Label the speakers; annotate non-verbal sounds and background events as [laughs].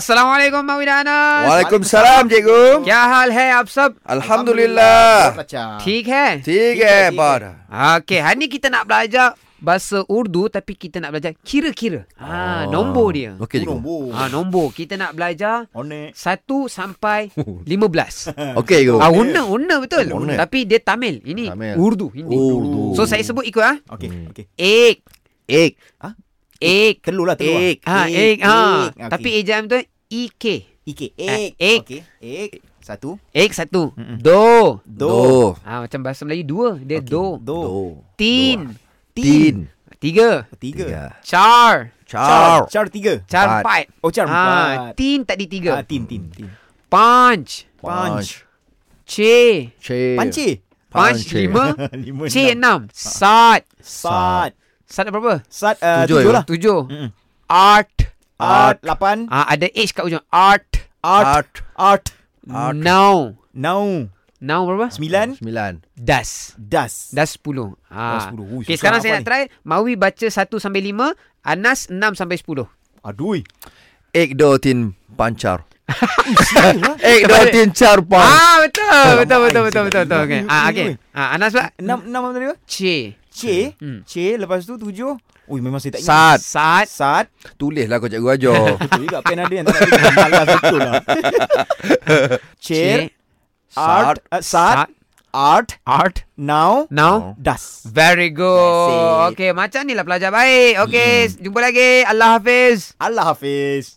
Speaker 1: अस्सलाम माविर अनस
Speaker 2: वालेकुम cikgu.
Speaker 1: क्या हाल है आप सब
Speaker 2: Alhamdulillah.
Speaker 3: Macam.
Speaker 1: ठीक है
Speaker 2: Tiga hebat.
Speaker 1: Okey, hari ni kita nak belajar bahasa Urdu tapi kita nak belajar kira-kira. Ha,
Speaker 2: Ah.
Speaker 1: nombor dia.
Speaker 2: Okey cikgu.
Speaker 3: Nombor.
Speaker 1: Ha, nombor. Kita nak belajar
Speaker 3: Onik.
Speaker 1: 1
Speaker 2: [laughs]
Speaker 1: sampai
Speaker 2: Oh.
Speaker 1: 15.
Speaker 2: Okey cikgu.
Speaker 1: Ah, urna, urna betul.
Speaker 2: Urna.
Speaker 1: Tapi dia Tamil. Ini
Speaker 2: Oh. Tamil.
Speaker 1: Urdu, Hindi.
Speaker 2: Urdu.
Speaker 1: So saya sebut ikut ah.
Speaker 3: Okey, okey.
Speaker 1: Ek, Ah?
Speaker 2: Ek.
Speaker 1: ek,
Speaker 3: Telur lah, telur.
Speaker 2: Ek. Ah,
Speaker 1: ha, ek, ha. Tapi ejaan tu ik.
Speaker 3: Ikik.
Speaker 1: Eh,
Speaker 3: Ek.
Speaker 1: ek.
Speaker 3: Okey. Ek. Satu.
Speaker 1: Ek satu.
Speaker 3: Mm-mm.
Speaker 1: Do.
Speaker 3: Do.
Speaker 1: Ah macam bahasa Melayu dua, dia do.
Speaker 3: Do.
Speaker 1: Tin.
Speaker 2: Tin.
Speaker 1: Tiga.
Speaker 3: Tiga.
Speaker 1: Char.
Speaker 2: Char.
Speaker 3: Char tiga.
Speaker 1: Char
Speaker 2: Empat.
Speaker 1: empat.
Speaker 3: Oh, char
Speaker 1: Ah,
Speaker 3: empat.
Speaker 1: tin tadi
Speaker 3: Ah,
Speaker 1: tiga.
Speaker 3: tin, tin, tin.
Speaker 1: Punch.
Speaker 3: Punch.
Speaker 1: Che.
Speaker 2: Che.
Speaker 3: Panci.
Speaker 1: Punch lima.
Speaker 3: [laughs] Lima.
Speaker 1: Che
Speaker 3: enam. Ah.
Speaker 1: enam. Sat.
Speaker 3: Sat.
Speaker 1: Sat ada berapa?
Speaker 3: Sat
Speaker 2: Tujuh,
Speaker 3: uh, tujuh
Speaker 2: ya?
Speaker 3: lah.
Speaker 1: Tujuh.
Speaker 3: Mm-mm.
Speaker 1: Art.
Speaker 3: Art. Lapan.
Speaker 1: Ah ada H kat ujung. Art.
Speaker 3: Art. Art.
Speaker 2: Art.
Speaker 1: Now.
Speaker 3: Now.
Speaker 1: Now berapa?
Speaker 3: Sembilan.
Speaker 2: Sembilan.
Speaker 1: Das.
Speaker 3: Das.
Speaker 1: Das 10. Ha.
Speaker 3: Das 10. Ui,
Speaker 1: okay,
Speaker 3: susah
Speaker 1: sekarang
Speaker 3: apa
Speaker 1: saya nak
Speaker 3: ni?
Speaker 1: try. Mawi baca 1 sampai 5. Anas 6 sampai 10.
Speaker 3: Aduh.
Speaker 2: Ek do tin pancar. Ek do tin char pan.
Speaker 1: Ah, betul. betul, betul, betul, betul, betul. Okay.
Speaker 3: Ui,
Speaker 1: Ah,
Speaker 3: ui,
Speaker 1: okay.
Speaker 3: ui.
Speaker 1: Ah, Anas pula.
Speaker 3: Enam, enam apa tadi? apa?
Speaker 1: C.
Speaker 3: C.
Speaker 1: Hmm.
Speaker 3: C. Lepas tu tujuh. Ui, memang saya tak
Speaker 2: Sat.
Speaker 3: ingat.
Speaker 1: Sat.
Speaker 3: Sat.
Speaker 2: Tulislah kau cikgu [laughs] ajar.
Speaker 3: Betul juga pen ada yang tak ada yang malas betul lah. Chair,
Speaker 1: C.
Speaker 3: art, uh,
Speaker 1: Sat.
Speaker 3: sat, art,
Speaker 1: Art.
Speaker 3: now,
Speaker 1: Now.
Speaker 3: das.
Speaker 1: Very
Speaker 3: That's
Speaker 1: good.
Speaker 3: it.
Speaker 1: Okay, macam ni lah pelajar baik. Okay, jumpa lagi. Allah Hafiz.
Speaker 3: Allah Hafiz.